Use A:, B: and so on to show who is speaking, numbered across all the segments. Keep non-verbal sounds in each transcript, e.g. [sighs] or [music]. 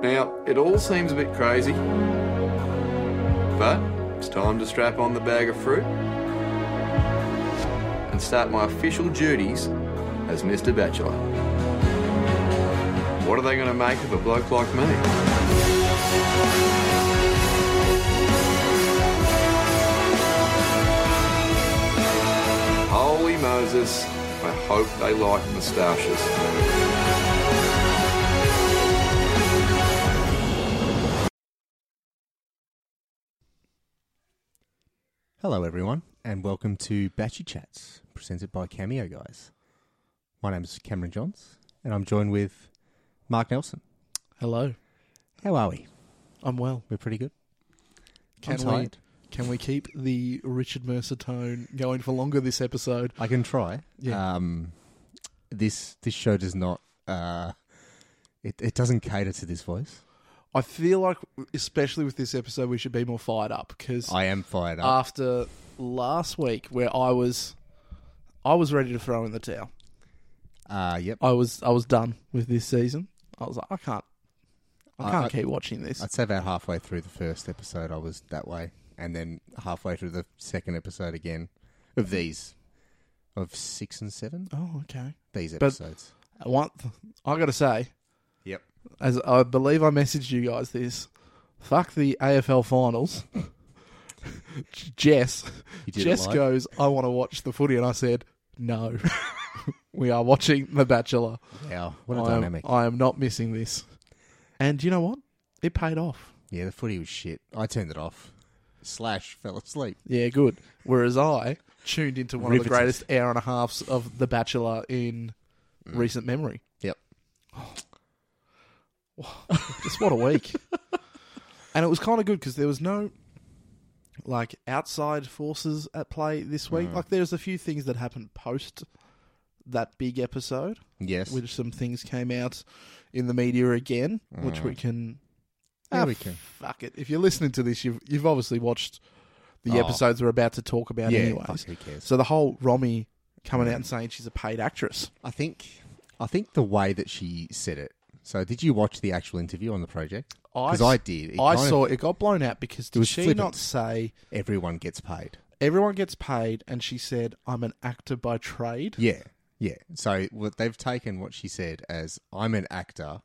A: It all seems a bit crazy. But it's time to strap on the bag of fruit and start my official duties as Mr. Bachelor. What are they going to make of a bloke like me? Holy Moses, I hope they like moustaches.
B: Hello, everyone, and welcome to Batchy Chats, presented by Cameo Guys. My name's Cameron Johns, and I'm joined with Mark Nelson.
C: Hello,
B: How are we?
C: I'm well.
B: We're pretty good.
C: Can
B: I'm
C: we
B: tired.
C: can we keep the Richard Mercer tone going for longer this episode?
B: I can try.
C: Yeah.
B: Um, this this show does not. Uh, it it doesn't cater to this voice.
C: I feel like, especially with this episode, we should be more fired up because
B: I am fired up.
C: after last week, where I was, I was ready to throw in the towel.
B: Uh, yep.
C: I was I was done with this season. I was like, I can't, I
B: I-
C: can't
B: I-
C: keep watching this.
B: I'd say about halfway through the first episode, I was that way, and then halfway through the second episode again of these, of six and seven,
C: oh, okay.
B: these
C: But-
B: episodes.
C: I want. I got to say,
B: yep.
C: as I believe I messaged you guys this. Fuck the AFL finals. [laughs] Jess,
B: You did it
C: Jess
B: live?
C: goes, I want to watch the footy, and I said, No, [laughs] we are watching The Bachelor.
B: Wow, what a
C: I am-
B: dynamic.
C: I am not missing this. And you know what? It paid off.
B: Yeah, the footy was shit. I turned it off. Slash fell asleep.
C: Yeah, good. Whereas I tuned into one of
B: Riveted.
C: the greatest hour and a halves of The Bachelor in recent memory.
B: Mm. Yep.
C: [sighs] Just what a week. and it was kind of good because there was no like outside forces at play this
B: Mm.
C: week. Like there's a few things that happened post that big episode,
B: Yes.
C: which some things came out in the media again, which
B: Mm.
C: we can.
B: Yeah,
C: Ah,
B: we can.
C: Fuck it. If you're listening to this, you've you've obviously watched the
B: Oh.
C: episodes we're about to talk about,
B: Yeah,
C: anyways.
B: fuck, who cares?
C: So the whole Romy coming out and saying she's a paid actress.
B: I think I think the way that she said it. So did you watch the actual interview on the project? Because I, did. It
C: I
B: kind of-
C: saw it got blown out because did
B: was
C: she
B: flippant.
C: not say
B: everyone gets paid.
C: everyone gets paid and she said i'm an actor by trade
B: Yeah. Yeah. So what they've taken what she said as I'm an actor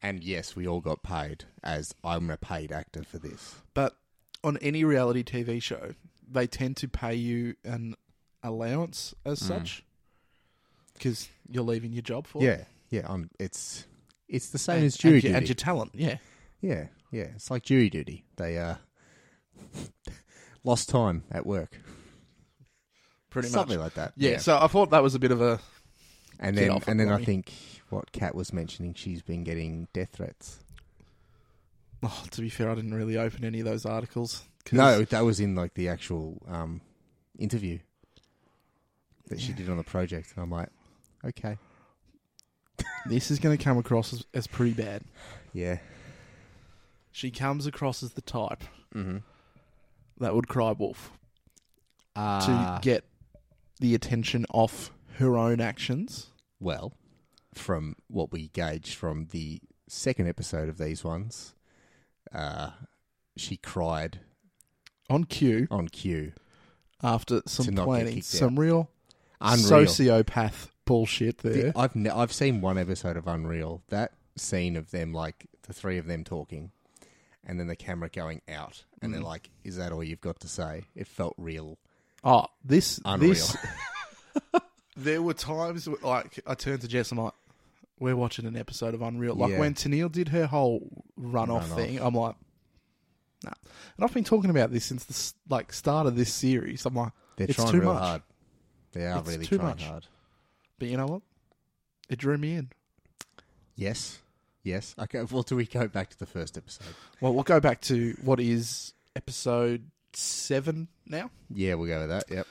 B: and yes, we all got paid as I'm a paid actor for this.
C: but on any reality tv show they tend to pay you an allowance as
B: Mm.
C: such because you're leaving your job for
B: Yeah. Yeah, I'm it's it's the same
C: and,
B: as jury
C: and,
B: duty.
C: your, and your talent yeah
B: Yeah, yeah. It's like jury duty. They uh [laughs] lost time at work.
C: pretty
B: Something
C: much
B: like that.
C: yeah, so i thought that was a bit of a
B: and
C: Get
B: then
C: off it,
B: and then I
C: Robbie.
B: think what Kat was mentioning, she's been getting death threats.
C: oh, to be fair i didn't really open any of those articles 'cause-
B: No, that was in like the actual um interview that she did on the project and I'm like, okay.
C: this is going to come across as, as pretty bad
B: Yeah.
C: she comes across as the type Mm-hmm.
B: Mhm.
C: that would cry wolf to
B: Uh,
C: get the attention off her own actions.
B: well, from what we gauged from the second episode of these ones, uh she cried
C: On cue,
B: on cue.
C: after some
B: To not get
C: planning,
B: kicked
C: some real
B: Unreal.
C: sociopath bullshit there.
B: The- I've ne- I've seen one episode of Unreal. That scene of them like the three of them talking, and then the camera going out, and
C: Mm.
B: they're like, "Is that all you've got to say?" It felt real.
C: oh, this,
B: Unreal.
C: this.
B: [laughs]
C: there were times where, like I turned to Jess. I'm like, we're watching an episode of Unreal. Like
B: Yeah.
C: when Tennille did her whole run off
B: Runoff.
C: thing. I'm like, nah. And I've been talking about this since the s- like start of this series. I'm like,
B: They're
C: it's
B: trying
C: too
B: real
C: much.
B: hard. They are
C: It's
B: really
C: too
B: trying
C: much.
B: hard.
C: But you know what? It drew me in.
B: Yes, yes. Okay. Well, do we go back to the first episode?
C: Well, we'll go back to what is episode seven now.
B: Yeah, we'll go with that. Yep.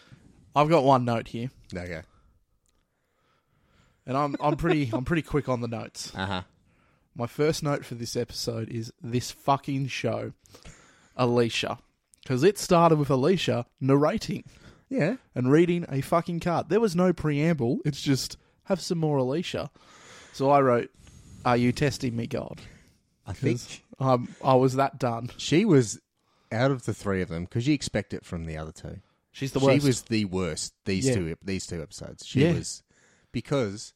C: I've got one note here,
B: Okay.
C: and I'm I'm pretty I'm pretty quick on the notes.
B: Uh huh.
C: My first note for this episode is this fucking show, Alicia, because it started with Alicia narrating
B: Yeah.
C: and reading a fucking card. There was no preamble. It's just have some more Alicia. So I wrote, "Are you testing me, God?"
B: I
C: Because
B: think
C: um, I was that done.
B: she was out of the three of them because you expect it from the other two.
C: She's the
B: she
C: worst.
B: was the worst. These
C: Yeah.
B: two these two episodes. She
C: Yeah.
B: was because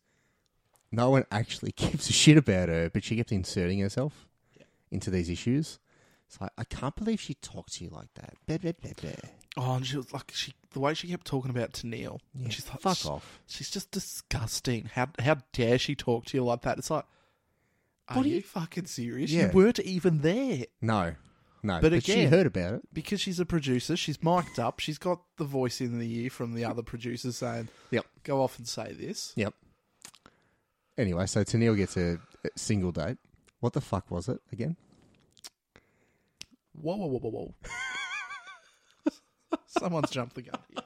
B: no one actually [laughs] gives a shit about her, but she kept inserting herself into these issues. It's like I can't believe she talked to you like that. Blah, blah, blah, blah.
C: Oh, and she was like she the way she kept talking about to Neil.
B: Yeah,
C: she's like,
B: fuck
C: "She's-
B: off.
C: She's just disgusting. How how dare she talk to you like that? It's like, are
B: What do
C: you,
B: you-
C: fucking serious?
B: Yeah.
C: You weren't even there
B: No, no.
C: But
B: But, she
C: again-
B: heard about it.
C: because she's a producer. She's mic'd up. She's got the voice in the ear from the other producers saying,
B: Yep.
C: "Go off and say this."
B: Yep. Anyway, so Tennille gets a a single date. What the fuck was it again?
C: Whoa, whoa, whoa, whoa, whoa! [laughs] Someone's jumped the gun. Here.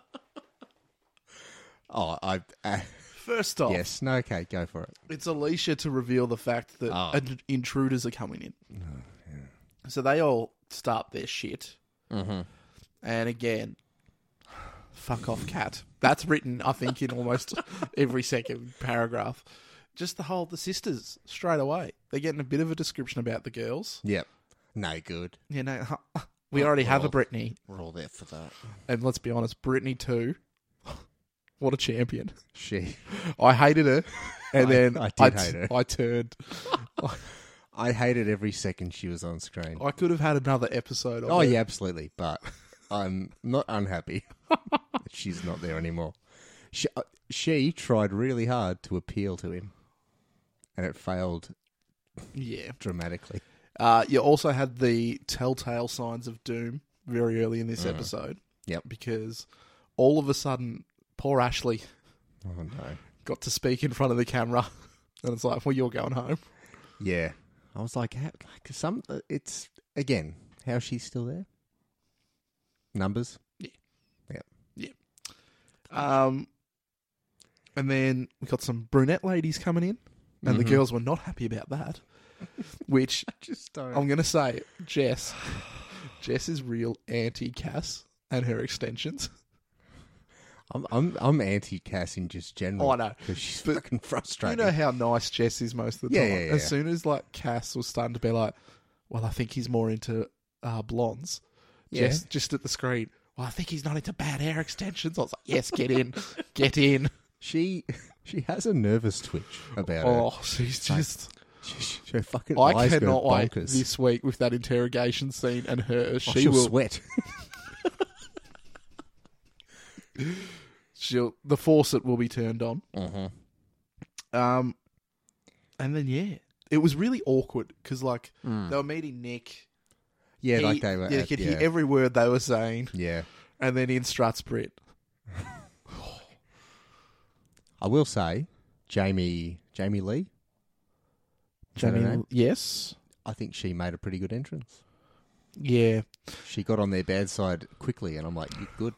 B: Oh, I uh,
C: First off,
B: yes. No, okay, go for it.
C: it's Alicia to reveal the fact that
B: Ah.
C: in- intruders are coming in.
B: Oh,
C: So they all start their shit. Mm-hmm. And again, fuck off, cat. That's written, I think, in almost
B: [laughs]
C: every second paragraph. Just the whole, the sisters, straight away. They're getting a bit of a description about the girls.
B: Yep. No good.
C: You know, [laughs] we already have a
B: Oh, well.
C: Brittany.
B: We're all there for that.
C: And let's be honest, Brittany, too. [laughs] What a champion.
B: [laughs] She.
C: I hated her. And
B: I- [laughs]
C: then
B: I did
C: t-
B: hate her.
C: I turned.
B: I hated every second she was on screen.
C: I could have had another episode of
B: Oh
C: it.
B: yeah, absolutely. But [laughs] I'm not unhappy. [laughs] that She's not there anymore. She, uh, she tried really hard to appeal to him, and it failed
C: Yeah.
B: dramatically.
C: Uh, you also had the telltale signs of doom very early in this episode.
B: Yep.
C: Because all of a sudden, poor Ashley
B: Oh no.
C: got to speak in front of the camera. [laughs] And it's like, well, you're going home.
B: Yeah. I was like, how, like some. uh, It's again. How's she still there? Numbers.
C: Um, and then we got some brunette ladies coming in. And the
B: Mm-hmm.
C: girls were not happy about that. Which
B: [laughs] Just don't.
C: I'm going to say, Jess. [sighs] Jess is real anti Cass and her extensions.
B: I'm I'm, I'm anti Cass in just general.
C: Oh, I know.
B: because she's
C: But
B: fucking frustrating.
C: You know how nice Jess is most of the
B: Yeah,
C: time.
B: yeah, yeah.
C: As soon as like Cass was starting to be like, well, I think he's more into uh, blondes.
B: Yeah.
C: Jess just at the screen. Well, I think he's not into bad hair extensions. I was like, yes, get in,
B: [laughs]
C: get in.
B: she she has a nervous twitch about her.
C: Oh, she's just.
B: She, she, her fucking
C: I
B: eyes
C: cannot
B: go
C: wait
B: bonkers.
C: this week with that interrogation scene and her.
B: Oh,
C: She
B: she'll
C: will.
B: sweat. [laughs]
C: She'll. The faucet will be turned on. Um, and then yeah, it was really awkward because like they were meeting Nick.
B: Hmm. Yeah,
C: He-
B: like they were.
C: Yeah, you
B: at-
C: could
B: yeah.
C: hear every word they were saying.
B: yeah.
C: and then in Stratsbrit.
B: I will say, Jamie Jamie Lee. Is that her name?
C: yes.
B: I think she made a pretty good entrance.
C: Yeah.
B: She got on their bad side quickly, and I'm like, you're good.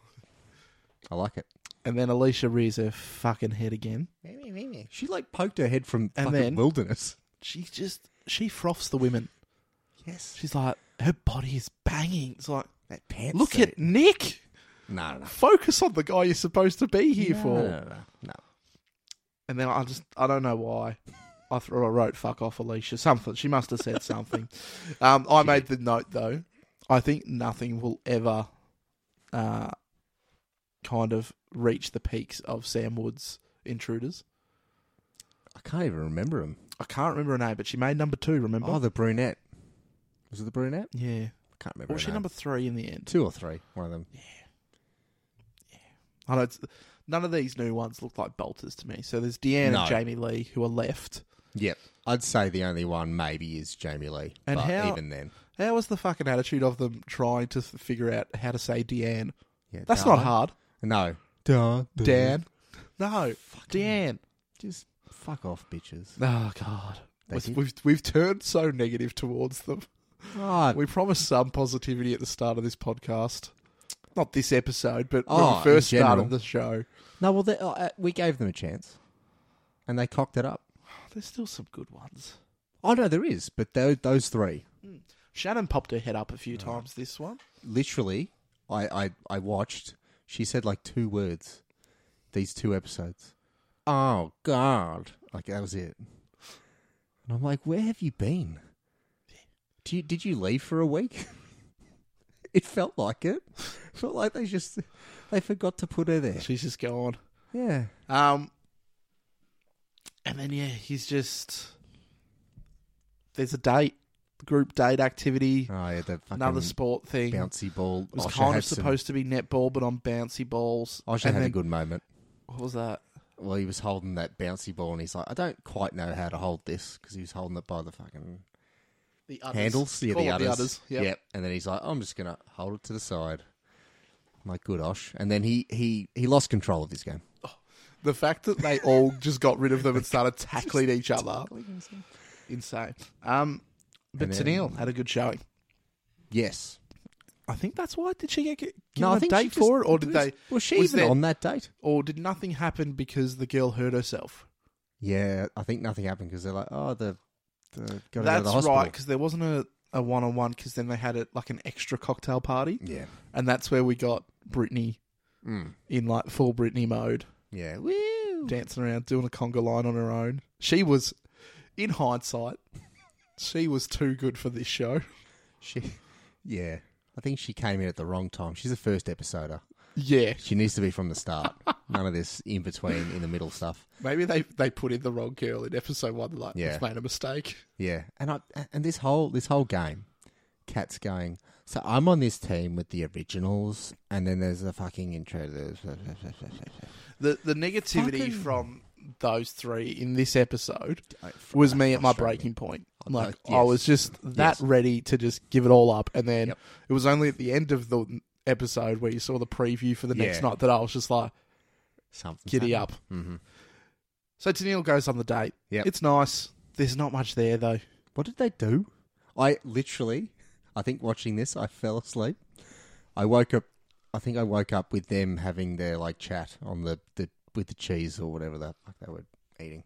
B: I like it.
C: And then Alicia rears her fucking head again.
B: She like poked her head from
C: And
B: fucking
C: then-
B: wilderness.
C: She just, she froths the women.
B: Yes,
C: She's like, her body is banging. It's like,
B: that pants.
C: look
B: suit.
C: at Nick.
B: no, no, no.
C: Focus on the guy you're supposed to be here
B: no,
C: for.
B: no, no, no.
C: And then I just, I don't know why. I, th- I wrote, fuck off, Alicia. Something. She must have
B: [laughs]
C: said something. um, I made the note, though. I think nothing will ever uh, kind of reach the peaks of Sam Wood's intruders.
B: I can't even remember him.
C: I can't remember her name, but she made number two. Remember?
B: Oh, the brunette. Was it the brunette?
C: yeah.
B: I can't remember.
C: Or was
B: her
C: she
B: name.
C: number three in the end?
B: two or three? One of them.
C: I know it's, none of these new ones look like bolters to me. So there's Deanne
B: No.
C: and Jamie Lee who are left.
B: Yep. I'd say the only one maybe is Jamie Lee.
C: And
B: but
C: how-
B: even then.
C: How was the fucking attitude of them trying to f- figure out how to say Deanne?
B: Yeah,
C: That's
B: darling.
C: not hard.
B: No. Dan.
C: Dan. No, Deanne.
B: Just fuck off, bitches.
C: Oh God,
B: They
C: we've,
B: did.
C: we've we've turned so negative towards them.
B: God.
C: We promised some positivity at the start of this podcast, not this episode, but
B: Oh,
C: when
B: in
C: we first
B: general.
C: started the show.
B: No, well, they, oh, uh, we gave them a chance. And they cocked it up.
C: Oh, There's still some good ones.
B: Oh, no, there is. But tho- those three.
C: Shannon popped her head up a few times this one.
B: Literally, I, I, I watched. She said like two words. These two episodes. Oh, God. Like, that was it. And I'm like, where have you been? Do you, did you leave for a week? [laughs] it felt like it. [laughs] felt like they just they forgot to put her there.
C: She's just gone.
B: Yeah.
C: Um, and then yeah, he's just there's a date, group date activity,
B: Oh yeah, the fucking
C: another sport thing. It
B: bouncy ball.
C: was
B: Osher
C: kind
B: had
C: of
B: some-
C: supposed to be netball, but on bouncy balls.
B: Osher
C: and
B: had a
C: then-
B: good moment.
C: What was that?
B: Well, he was holding that bouncy ball, and he's like, "I don't quite know how to hold this because he was holding it by the fucking
C: The udders.
B: handles, yeah,
C: Call
B: the
C: it
B: others.
C: Yep.
B: Yep. And then he's like, I'm just gonna hold it to the side. I'm like, good Osh. And then he he he lost control of this game.
C: The fact that they all just got rid of them and started tackling each other, insane. Um, but
B: And then-
C: Tennille had a good showing.
B: Yes.
C: I think that's why. Did she get, get
B: No, I
C: a
B: think
C: date
B: she just-
C: for it, or did
B: was-
C: they?
B: Was she
C: was
B: even
C: there-
B: on that date?
C: Or did nothing happen because the girl hurt herself?
B: Yeah, I think nothing happened because they're like, oh, the, the got her out of the
C: That's
B: hospital.
C: right, because there wasn't a, a one-on-one. Because then they had it like an extra cocktail party,
B: Yeah.
C: and that's where we got Brittany
B: Mm.
C: in like full Brittany mode,
B: Yeah. Woo.
C: dancing around, doing a conga line on her own. She was, in hindsight, she was too good for this show.
B: She. Yeah. I think she came in at the wrong time. She's a first episoder.
C: Yeah,
B: She needs to be from the [laughs] start. None of this in between, in the middle stuff.
C: maybe they they put in the wrong girl in episode one. Like,
B: Yeah.
C: we've made a mistake.
B: Yeah, and I and this whole this whole game, Cat's going. So I'm on this team with the originals, and then there's a fucking intro. There's
C: The the negativity
B: Fucking-
C: from those three in this episode was me at my breaking point.
B: Oh,
C: Like
B: no,
C: I
B: yes.
C: was just that
B: Yes.
C: ready to just give it all up, and then
B: Yep.
C: it was only at the end of the episode where you saw the preview for the next
B: Yeah.
C: night that I was just like,
B: Something.
C: giddy up.
B: hmm
C: So Tennille goes on the date.
B: Yep.
C: it's nice. There's not much there though.
B: What did they do? I literally, I think watching this, I fell asleep. I woke up. I think I woke up with them having their like chat on the, the with the cheese or whatever the fuck they were eating.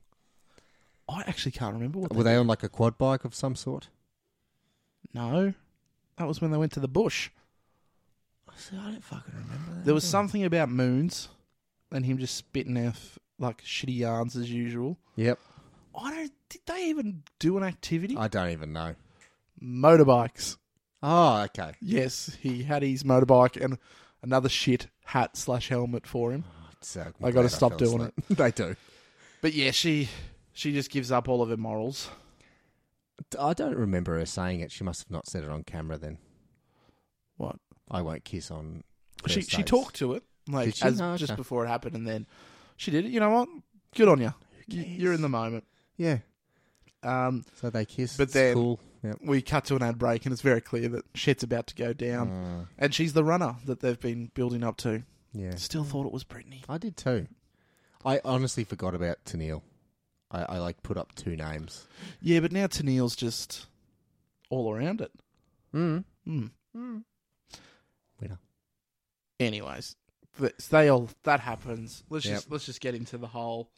C: I actually can't remember what.
B: Were they on like a quad bike of some sort?
C: No, that was when they went to the bush.
B: I said, I don't fucking remember. That
C: There was something about moons, and him just spitting out like shitty yarns as usual.
B: Yep.
C: I don't. Did they even do an activity?
B: I don't even know.
C: Motorbikes.
B: Oh, okay.
C: Yes, he had his motorbike and another shit hat slash helmet for him.
B: So I'm
C: I gotta
B: glad
C: stop
B: fell
C: doing
B: asleep.
C: [laughs]
B: they do.
C: But yeah, she she just gives up all of her morals.
B: I don't remember her saying it. She must have not said it on camera. Then
C: What?
B: I won't kiss on.
C: She she
B: Thursdays.
C: talked to it
B: Did
C: like
B: she?
C: as
B: No,
C: just
B: okay.
C: before it happened, and then she did it. You know what? Good on you. You're in the moment.
B: Yeah.
C: Um,
B: So they kissed.
C: But
B: But
C: then-
B: then, cool. Yep.
C: we cut to an ad break, and it's very clear that shit's about to go down,
B: Uh,
C: and she's the runner that they've been building up to.
B: yeah.
C: Still thought it was Brittany.
B: I did too. I honestly forgot about Tennille. I, I like put up two names.
C: Yeah, but now Tennille's just all around it.
B: Mm.
C: Hmm.
B: Mm. Winner.
C: anyways, th- so they all that happens. Let's
B: Yep.
C: just let's just get into the whole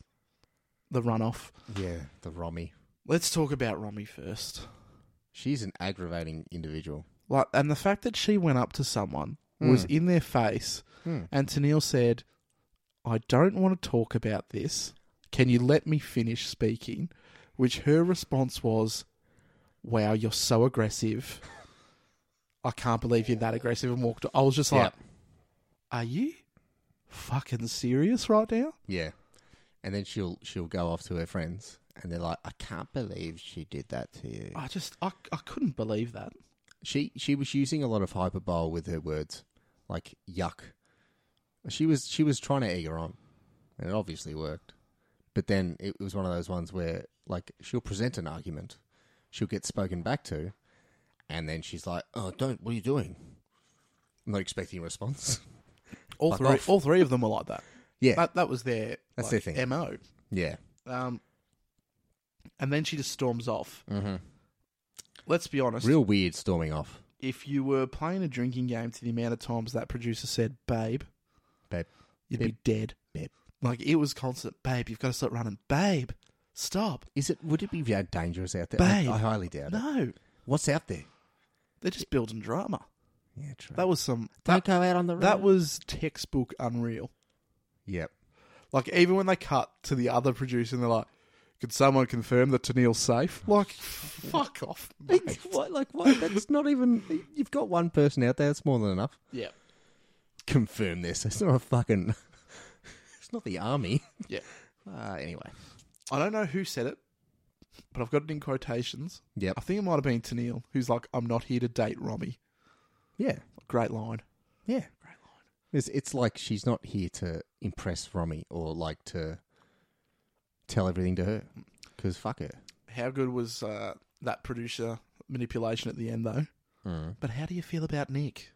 C: the runoff.
B: Yeah. The Romy.
C: Let's talk about Romy first.
B: She's an aggravating individual.
C: Like, and the fact that she went up to someone was
B: Mm.
C: in their face,
B: Mm.
C: and Tennille said, "I don't want to talk about this. Can you let me finish speaking?" Which her response was, "Wow, you're so aggressive." I can't believe you're that aggressive and walked. I was just like,
B: Yep.
C: "Are you fucking serious right now?"
B: Yeah. And then she'll she'll go off to her friends, and they're like, "I can't believe she did that to you."
C: I just I, I couldn't believe that.
B: she she was using a lot of hyperbole with her words, like yuck. She was she was trying to egg her on, and it obviously worked. But then it was one of those ones where like she'll present an argument, she'll get spoken back to, and then she's like, "Oh, don't! What are you doing?" I'm not expecting a response. [laughs]
C: All
B: Fuck
C: three
B: off.
C: all three of them were like that.
B: yeah,
C: That that was their
B: That's
C: like,
B: their thing.
C: mo.
B: yeah,
C: Um, and then she just storms off.
B: mm-hmm.
C: Let's be honest.
B: real weird storming off,
C: If you were playing a drinking game to the amount of times that producer said "babe,"
B: babe.
C: you'd be dead.
B: Babe.
C: Like it was constant. Babe, you've got to stop running. Babe, stop.
B: Is it? Would it be that dangerous out there?
C: Babe.
B: I, I highly doubt it.
C: No,
B: What's out there?
C: they're just building drama.
B: Yeah, true.
C: That was some.
B: don't
C: That,
B: go out on the road.
C: that was textbook unreal.
B: yep.
C: Like even when they cut to the other producer and they're like, Could someone confirm that Tennille's safe? Like,
B: [laughs]
C: fuck off. mate.
B: What, like what? That's not even. You've got one person out there. That's more than enough.
C: Yeah.
B: Confirm this. It's not a fucking. It's not the army.
C: Yeah.
B: Uh, anyway.
C: I don't know who said it, but I've got it in quotations.
B: Yep.
C: I think it might have been Tennille, who's like, I'm not here to date Romy.
B: Yeah.
C: Great line.
B: Yeah.
C: Great line.
B: It's, it's like she's not here to impress Romy or like to tell everything to her. Because fuck her.
C: How good was uh, that producer manipulation at the end, though?
B: Mm.
C: But how do you feel about Nick?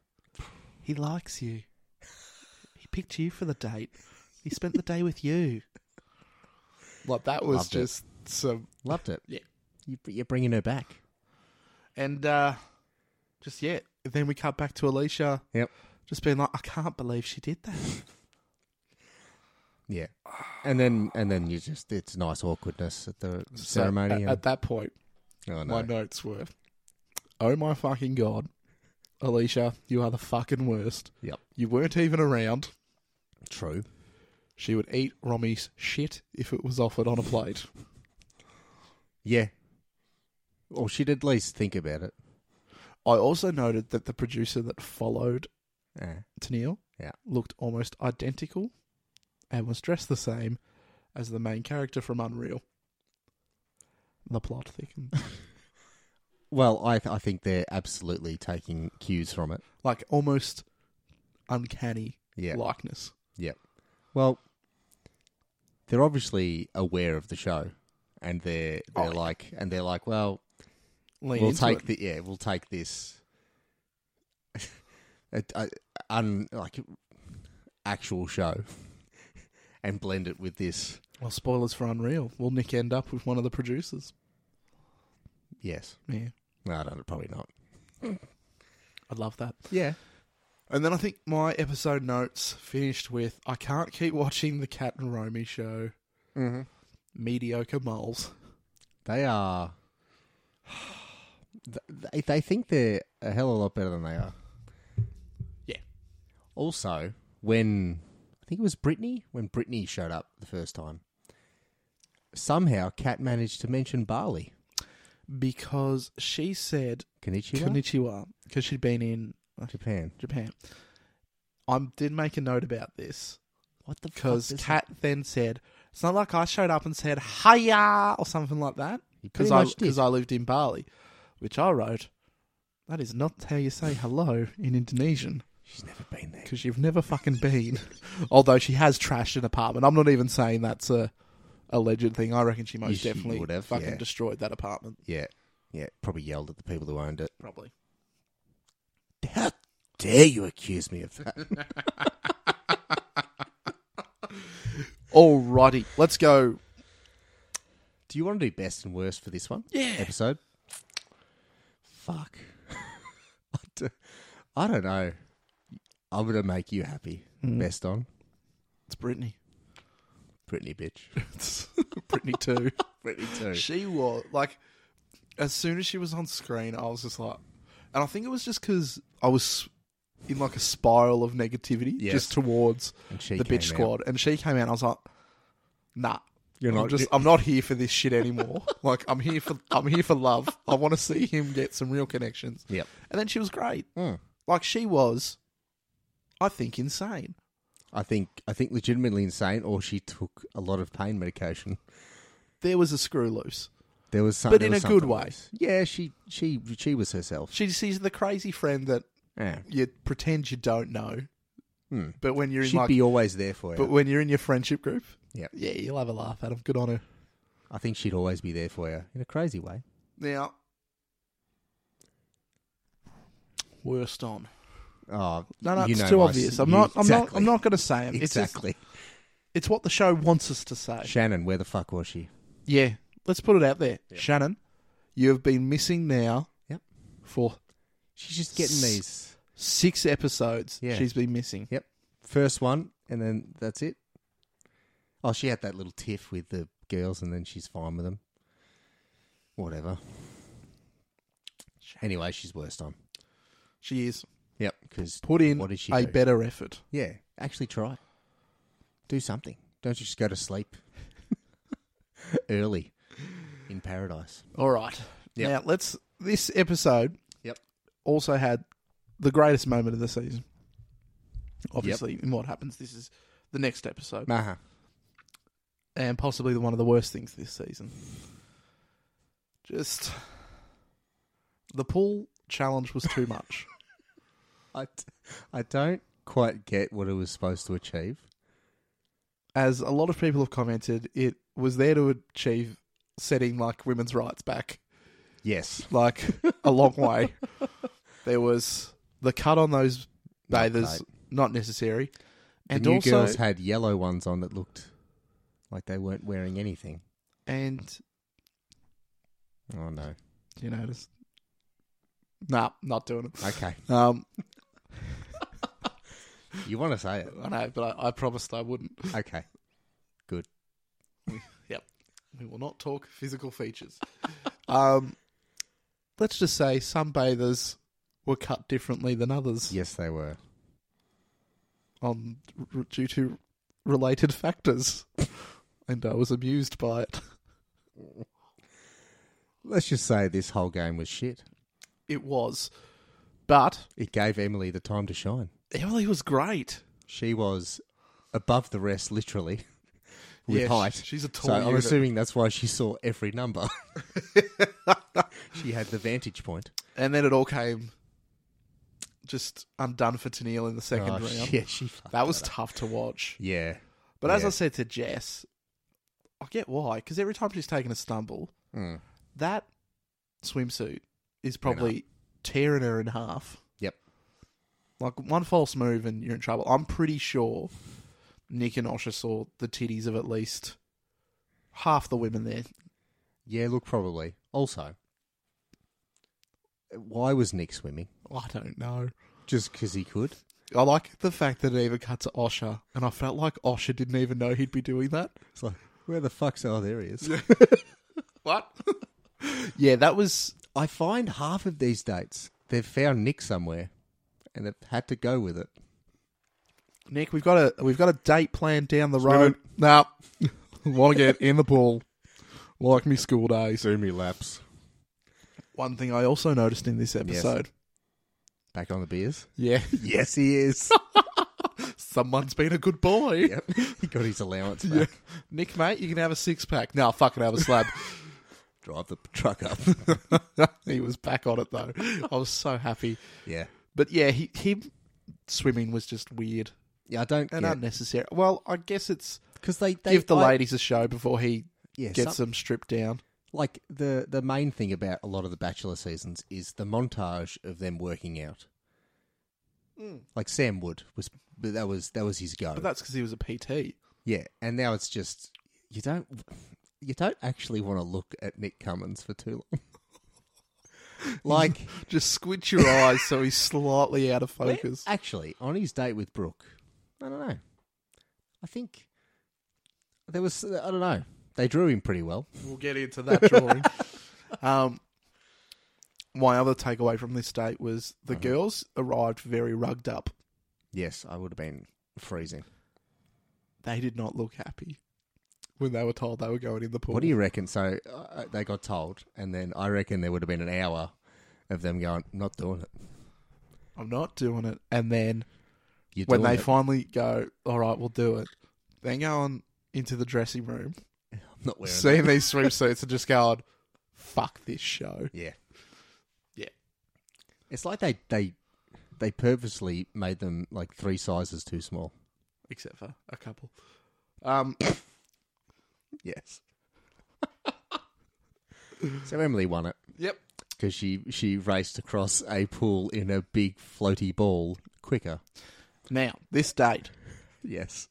C: He likes you. He picked you for the date. He spent the day with you. Like that was
B: Loved it.
C: just some
B: Loved it.
C: Yeah.
B: You, you're bringing her back.
C: and uh just yeah. Then we cut back to Alicia
B: Yep.
C: just being like, I can't believe she did that.
B: Yeah. And then and then you just it's nice awkwardness at the
C: So,
B: ceremony.
C: at,
B: and,
C: at that point,
B: oh
C: my
B: no.
C: notes were Oh my fucking god. Alicia, you are the fucking worst.
B: Yep.
C: You weren't even around.
B: True.
C: She would eat Romy's shit if it was offered on a plate.
B: Yeah. Or she'd at least think about it.
C: [laughs] I also noted that the producer that followed
B: Yeah.
C: Tennille
B: Yeah.
C: looked almost identical and was dressed the same as the main character from Unreal. The plot thickens. [laughs]
B: Well, I th- I think they're absolutely taking cues from it.
C: like almost uncanny
B: Yeah.
C: likeness.
B: Yeah. Well, they're obviously aware of the show, and they're
C: Oh,
B: they're
C: yeah.
B: like and they're like, well,
C: Lean
B: we'll
C: into
B: take
C: it.
B: the yeah, we'll take this. [laughs] a, a, un like actual show, [laughs] and blend it with this.
C: well spoilers for Unreal. Will Nick end up with one of the producers?
B: Yes.
C: Yeah,
B: No, I don't. Probably not.
C: I'd love that.
B: Yeah.
C: And then I think my episode notes finished with I can't keep watching the Cat and Romy show.
B: Mm-hmm.
C: Mediocre moles.
B: They are. [sighs] th- They, they think they're a hell of a lot better than they are.
C: Yeah.
B: Also, when I think it was Brittany, when Brittany showed up the first time, somehow Kat managed to mention Bali.
C: Because she said
B: Konnichiwa,
C: Konnichiwa because she'd been in
B: Japan.
C: Japan. I did make a note about this
B: What the fuck?
C: because
B: does
C: Kat then said, "It's not like I showed up and said hiya or something like that
B: You pretty
C: because I
B: much did.
C: because I lived in Bali, which I wrote." That is not how you say hello in Indonesian
B: She's never been there.
C: because you've never fucking been. [laughs] Although she has trashed an apartment. I'm not even saying that's a alleged thing. I reckon she most
B: she
C: definitely
B: would have,
C: fucking
B: yeah.
C: destroyed that apartment.
B: Yeah. Yeah. Probably yelled at the people who owned it.
C: Probably.
B: How dare you accuse me of that?
C: Alrighty, let's go.
B: do you want to do best and worst for this one?
C: Yeah.
B: episode. Fuck. [laughs] I, do, I don't know. I'm gonna make you happy.
C: Hmm.
B: Best on
C: It's [laughs] Brittany.
B: Brittany,
C: [laughs]
B: bitch.
C: Brittany too.
B: Brittany too.
C: She was like, as soon as she was on screen, I was just like, and I think it was just because I was in like a spiral of negativity
B: Yes.
C: just towards
B: And she
C: the
B: came
C: bitch
B: out.
C: squad, and she came out. and I was like, nah.
B: You're
C: I'm
B: not-
C: just. I'm not here for this
B: [laughs]
C: shit anymore. like I'm here for. I'm here for love. I want to see him get some real connections.
B: Yep.
C: And then she was great.
B: Mm.
C: Like she was, I think, insane.
B: I think I think legitimately insane, or she took a lot of pain medication.
C: There was a screw loose.
B: There was some,
C: But
B: there
C: in
B: was
C: a good
B: something
C: way.
B: else. Yeah, she she she was herself.
C: She, she's the crazy friend that
B: Yeah,
C: you pretend you don't know,
B: Hmm.
C: but when you're in
B: she'd
C: like
B: be always there for you.
C: But when you're in your friendship group,
B: Yep.
C: yeah, you'll have a laugh at them. Good on her.
B: I think she'd always be there for you in a crazy way.
C: Now, worst on.
B: Oh,
C: No, no,
B: you
C: it's
B: know
C: too
B: my-
C: obvious. I'm
B: you-
C: not. I'm not.
B: exactly.
C: I'm not going to say them. It's, just-
B: Exactly.
C: it's what the show wants us to say.
B: Shannon, where the fuck was she?
C: yeah, let's put it out there, Shannon. You have been missing now.
B: Yep.
C: For
B: She's just getting
C: S-
B: these.
C: six episodes,
B: Yeah.
C: she's been missing.
B: Yep. First one, and then that's it. Oh, she had that little tiff with the girls, and then she's fine with them. Whatever. Anyway, she's worst on.
C: She is
B: Yep. Because
C: put in
B: What did she
C: a
B: do?
C: better effort.
B: yeah, actually try. Do something. Don't you just go to sleep [laughs] early? in paradise.
C: All right.
B: Yep.
C: Now let's. This episode.
B: Yep.
C: Also had the greatest moment of the season. Obviously, in what happens, this is the next episode,
B: Uh-huh.
C: and possibly the one of the worst things this season. Just the pool challenge was
B: [laughs]
C: too much.
B: I, t- I don't quite get what it was supposed to achieve.
C: As a lot of people have commented, it was there to achieve setting like women's rights back
B: Yes.
C: like [laughs] a long way. There was the cut on those
B: Not
C: bathers,
B: tight.
C: not necessary.
B: The
C: And
B: new
C: also,
B: girls had yellow ones on that looked like they weren't wearing anything.
C: and
B: Oh no.
C: you know, just nah, not doing
B: Okay.
C: it. Um,
B: you want to say it?
C: I know, but I, I promised I wouldn't.
B: Okay.
C: We will not talk physical
B: [laughs]
C: features. um, let's just say some bathers were cut differently than others
B: Yes, they were.
C: on r- due to related factors, and I was amused by it.
B: Let's just say this whole game was shit.
C: It was, but
B: It gave Emily the time to shine.
C: Emily was great.
B: She was above the rest, literally, with
C: Yeah,
B: height.
C: sh- she's a
B: So
C: tall
B: I'm
C: unit.
B: assuming that's why she saw every number. [laughs] she had the vantage point.
C: And then it all came just undone for Tennille in the second
B: Oh,
C: round.
B: yeah, she. fucked
C: That was
B: up.
C: tough to watch.
B: yeah.
C: But as
B: Yeah.
C: I said to Jess, I get why, because every time she's taken a stumble,
B: Mm.
C: that swimsuit is probably tearing her in half.
B: Yep.
C: Like one false move and you're in trouble. I'm pretty sure Nick and Osha saw the titties of at least half the women there.
B: Yeah. Look, probably. Also, why was Nick swimming?
C: I don't know.
B: Just because he could.
C: I like the fact that it even cut to Osha, and I felt like Osha didn't even know he'd be doing that.
B: It's like, where the fuck's oh there he is.
C: What? [laughs] yeah, that was
B: I find half of these dates they've found Nick somewhere, and they've had to go with it.
C: Nick. We've got a we've got a date planned down the
B: Swimming.
C: road. [laughs] No, want to get in the pool, like me school days.
B: Do me laps.
C: One thing I also noticed in this episode.
B: Back on the beers.
C: [laughs] Yeah,
B: Yes, he is.
C: someone's been a good boy.
B: [laughs] yep. He got his allowance back.
C: Nick, mate, you can have a six pack. No, fucking have a slab.
B: Drive the truck up.
C: [laughs] he was back on it though. I was so happy.
B: yeah.
C: But yeah, he him swimming was just weird
B: Yeah, I don't
C: and
B: get
C: unnecessary. Well, I guess it's
B: because they, they
C: give the
B: I-
C: ladies a show before he
B: yeah,
C: gets
B: some-
C: them stripped down.
B: like the the main thing about a lot of the Bachelor seasons is the montage of them working out. Like Sam Wood was, but that was that was his go.
C: Hmm. But that's because he was a PT.
B: Yeah, and now it's just you don't you don't actually want to look at Nick Cummins for too long.
C: [laughs]
B: like
C: Just squint your eyes so he's slightly out of focus.
B: actually on his date with Brooke, I don't know. I think there was I don't know. They drew him pretty well.
C: We'll get into [laughs] that drawing. um, my other takeaway from this date was the girls arrived very rugged up.
B: Yes, I would have been freezing.
C: They did not look happy when they were told they were going in the pool.
B: What do you reckon? So uh, they got told, and then I reckon there would have been an hour of them going, "Not doing it."
C: I'm not doing it. And then
B: You're
C: when
B: doing
C: they
B: it.
C: finally go, all right, we'll do it. Then go on into the dressing room,
B: I'm not wearing it.
C: seeing these swimsuits and just going, fuck this show.
B: Yeah.
C: Yeah.
B: It's like they they they purposely made them like three sizes too small.
C: Except for a couple. Um, [coughs]
B: Yes. so Emily won it
C: yep.
B: because she she raced across a pool in a big floaty ball quicker.
C: Now, this date.
B: Yes.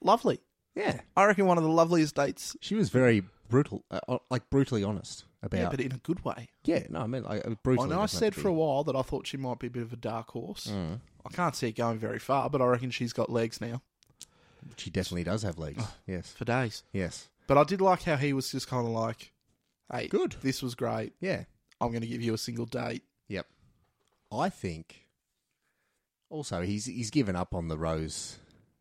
C: Lovely.
B: Yeah.
C: I reckon one of the loveliest dates.
B: She was very brutal, uh, uh, like brutally honest about.
C: Yeah, but in a good way.
B: yeah, no, I mean, like, uh, brutally.
C: I know I
B: doesn't have
C: said
B: to
C: for a
B: be-
C: while that I thought she might be a bit of a dark horse. I can't see it going very far, but I reckon she's got legs now
B: she definitely does have legs.
C: Oh.
B: yes.
C: for days.
B: Yes.
C: But I did like how he was just kind of like, hey,
B: Good.
C: this was great.
B: Yeah.
C: I'm going to give you a single date.
B: Yep. I think. Also, he's he's given up on the rose,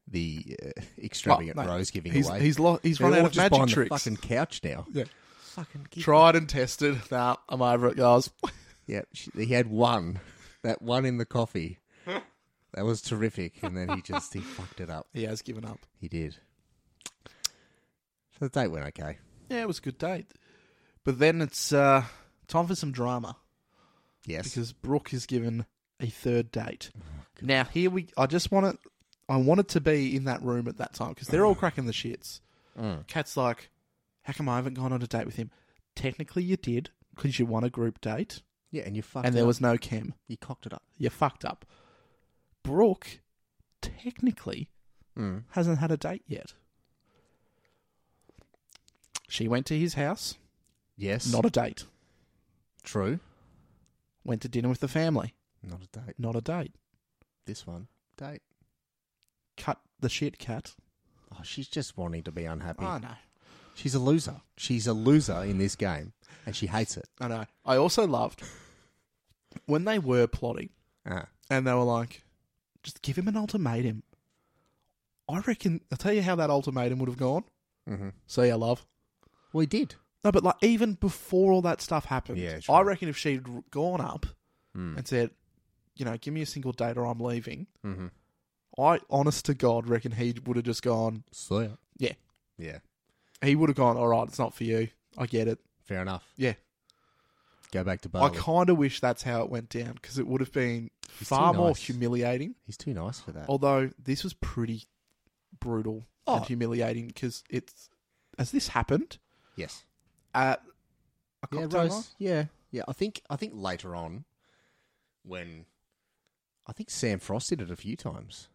B: the uh, extravagant
C: Well, mate,
B: rose giving
C: he's,
B: away.
C: He's, lo- he's
B: They're
C: run
B: all
C: out of
B: just
C: magic
B: behind the
C: tricks.
B: fucking couch now.
C: Yeah.
B: fucking give
C: Tried and tested. Nah, I'm over it, guys. [laughs]
B: Yeah, she, he had one, that one in the coffee. That was terrific, and then he just
C: [laughs]
B: he fucked it up.
C: he has given up.
B: He did. So the date went okay.
C: Yeah, it was a good date. But then it's uh, time for some drama
B: Yes. Oh,
C: because Brooke is given a third date. now here we. I just want it. I wanted to be in that room at that time because they're all
B: Oh.
C: cracking the shits.
B: Mm.
C: Cat's like, "How come I haven't gone on a date with him?" Technically, you did because you won a group date
B: yeah, and you fucked.
C: and
B: it
C: there
B: up.
C: was no chem.
B: you cocked it up.
C: You fucked up. Brooke technically
B: Mm.
C: hasn't had a date yet. She went to his house,
B: Yes.
C: not a date.
B: true.
C: Went to dinner with the family,
B: Not a date.
C: not a date.
B: This one date.
C: Cut the shit, cat.
B: Oh, she's just wanting to be unhappy.
C: I know.
B: She's a loser. She's a loser in this game, and she hates it.
C: I know. I also loved when they were plotting
B: Uh,
C: and they were like, just give him an ultimatum. I reckon, I'll tell you how that ultimatum would have gone.
B: mm-hmm.
C: So, yeah, love.
B: Well, he did.
C: No, but like even before all that stuff happened,
B: Yeah, true.
C: I reckon if she'd r- gone up
B: Mm.
C: and said, you know, give me a single date or I'm leaving,
B: Mhm.
C: I honest to God reckon he would have just gone,
B: So yeah.
C: yeah,
B: Yeah.
C: he would have gone, all right, it's not for you. I get it.
B: Fair enough.
C: Yeah.
B: Go back to
C: I
B: Bali.
C: kind of wish that's how it went down because it would have been
B: He's
C: far
B: too
C: more
B: nice.
C: humiliating.
B: He's too nice for that.
C: Although this was pretty brutal
B: Oh.
C: and humiliating because it's. Has this happened
B: yes.
C: at a
B: Yeah,
C: cocktail
B: Rose. Oh,
C: night?
B: Yeah, yeah. I think I think later on, when I think Sam Frost did it a few times,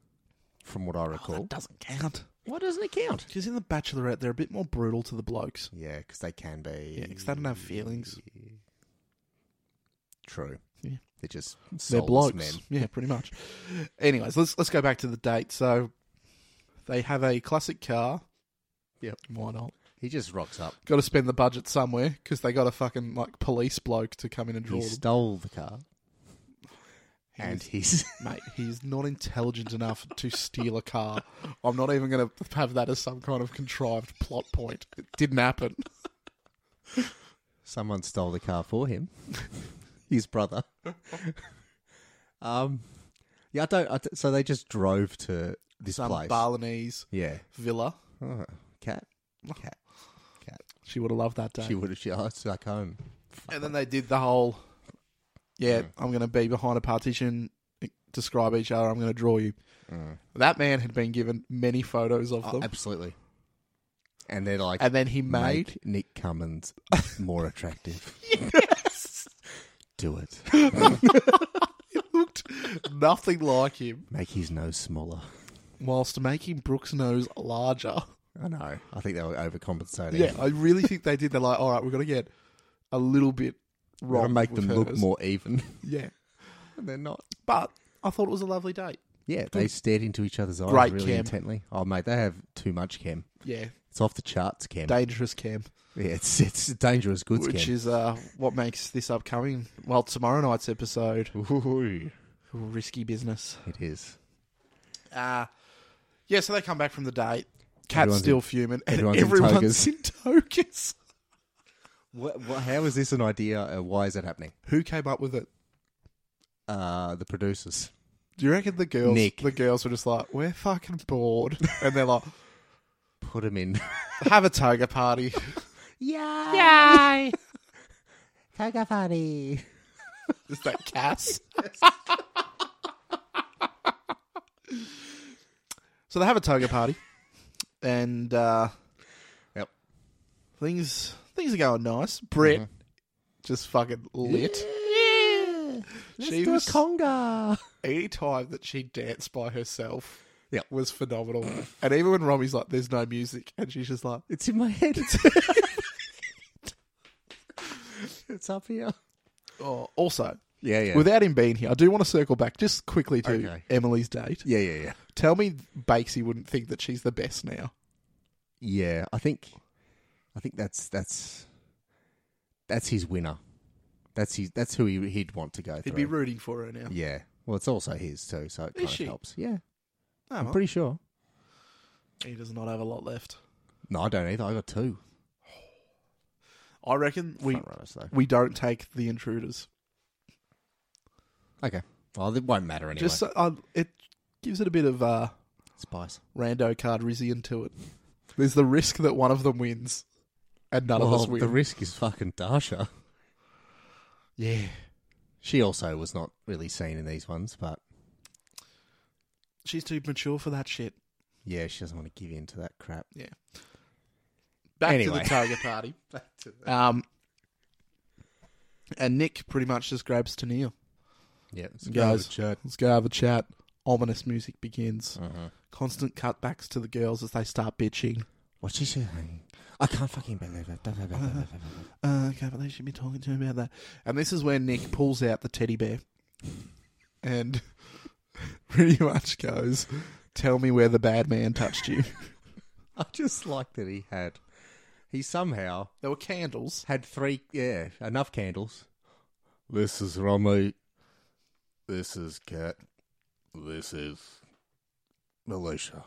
B: from what I
C: Oh,
B: recall.
C: that doesn't count.
B: Why doesn't it count?
C: Because in The Bachelorette, they're a bit more brutal to the blokes.
B: Yeah, because they can be.
C: Yeah, 'cause they don't have feelings.
B: True.
C: Yeah.
B: They're just
C: They're
B: soulless
C: blokes.
B: men.
C: Yeah, pretty much. Anyways, let's let's go back to the date. So they have a classic car.
B: Yep.
C: Why not?
B: He just rocks up.
C: Got to spend the budget somewhere because they got a fucking like police bloke to come in and draw.
B: He
C: them. [laughs]
B: stole the car,
C: He
B: and
C: is-
B: he's
C: mate, he's not intelligent enough to steal a car. I'm not even going to have that as some kind of contrived plot point. It didn't happen.
B: someone stole the car for him. [laughs] His
C: [laughs]
B: brother. um, yeah, I don't. I, don't- so they just drove to this
C: some
B: place.
C: Balinese
B: yeah.
C: villa.
B: Oh, cat.
C: Cat. She would have loved that day.
B: She would have. She, oh, it's like home.
C: And then they did the whole, yeah, I'm going to be behind a partition, eh, describe each other, I'm going to draw you. That man had been given many photos of
B: Oh,
C: them.
B: absolutely. And they're like,
C: and then he made. [laughs]
B: make Nick Cummins more attractive.
C: Yes!
B: Do it.
C: Looked nothing like him,
B: Make his nose smaller.
C: whilst making Brooks' nose larger.
B: I know. I think they were overcompensating.
C: Yeah, I really think they did. They're like, all right, we've got to get a little bit
B: Gotta
C: wrong.
B: make
C: with
B: them look
C: hers."
B: more even. [laughs]
C: Yeah.
B: and they're not.
C: But I thought it was a lovely date.
B: Yeah, they stared into each other's eyes
C: Great
B: really
C: chem.
B: intently. Oh, mate, they have too much chem.
C: Yeah.
B: It's off the charts chem.
C: Dangerous camp.
B: yeah, it's it's dangerous goods
C: Which
B: chem.
C: is uh, what makes this upcoming, well, tomorrow night's episode, risky business.
B: It is.
C: Uh, yeah, so they come back from the date. Cat's
B: Everyone's
C: still
B: in-
C: fuming, [laughs] and
B: everyone's
C: everyone's,
B: in
C: in [laughs] togas.
B: What, how is this an idea? Uh, why is it happening?
C: Who came up with it?
B: Uh, the producers.
C: Do you reckon the girls?
B: Nick.
C: The girls were just like, we're fucking bored, and they're like,
B: Put them in. [laughs]
C: have a toga party.
B: Yeah. Yay! [laughs] Toga party.
C: Is that Cass? [laughs] so they have a toga party, and uh,
B: Yep.
C: things things are going nice. Britt
B: Mm-hmm.
C: just fucking lit.
B: Yeah. Let's
C: She
B: do
C: was-
B: a conga.
C: Any time that she danced by herself
B: Yep.
C: was phenomenal. and even when Romy's like, "There's no music," and she's just like,
B: It's in my
C: [laughs]
B: head. it's up here.
C: "Oh." Also,
B: Yeah, yeah.
C: without him being here, I do want to circle back just quickly to
B: Okay.
C: Emily's date.
B: yeah, yeah, yeah.
C: Tell me, Bakesy wouldn't think that she's the best now.
B: Yeah, I think I think that's that's that's his winner. That's his that's who he, he'd want to go
C: He'd
B: through.
C: be rooting for her now.
B: yeah. Well, it's also his too, so it kind of
C: she?
B: helps. Yeah.
C: Oh,
B: I'm
C: well.
B: pretty sure.
C: He does not have a lot left.
B: No, I don't either. I got two.
C: I reckon we
B: front runners though.
C: we don't take the intruders.
B: Okay. Well, it won't matter anyway.
C: Just so, uh, it gives it a bit of uh,
B: Spice.
C: rando card Rizian to it. There's the risk that one of them wins, and none of
B: Well,
C: us win.
B: the risk is fucking Dasha.
C: yeah,
B: She also was not really seen in these ones, but
C: she's too mature for that shit.
B: yeah, she doesn't want to give in to that crap.
C: Back to
B: Anyway.
C: the target party. Um, and Nick pretty much just grabs Tania.
B: Yeah, it's
C: Guys.
B: good.
C: Let's go have a chat. Ominous music begins. Constant cutbacks to the girls as they start bitching.
B: What's she saying? I can't fucking believe it. Da, da, da, da, da, da, da.
C: Uh, I can't believe she'd be talking to him about that. And this is where Nick pulls out the teddy bear and [laughs] pretty much goes, Tell me where the bad man touched you.
B: [laughs] I just like that he had. He somehow
C: [laughs] there were candles.
B: had three. Yeah, enough candles. This is Romy. This is Cat. This is Alicia.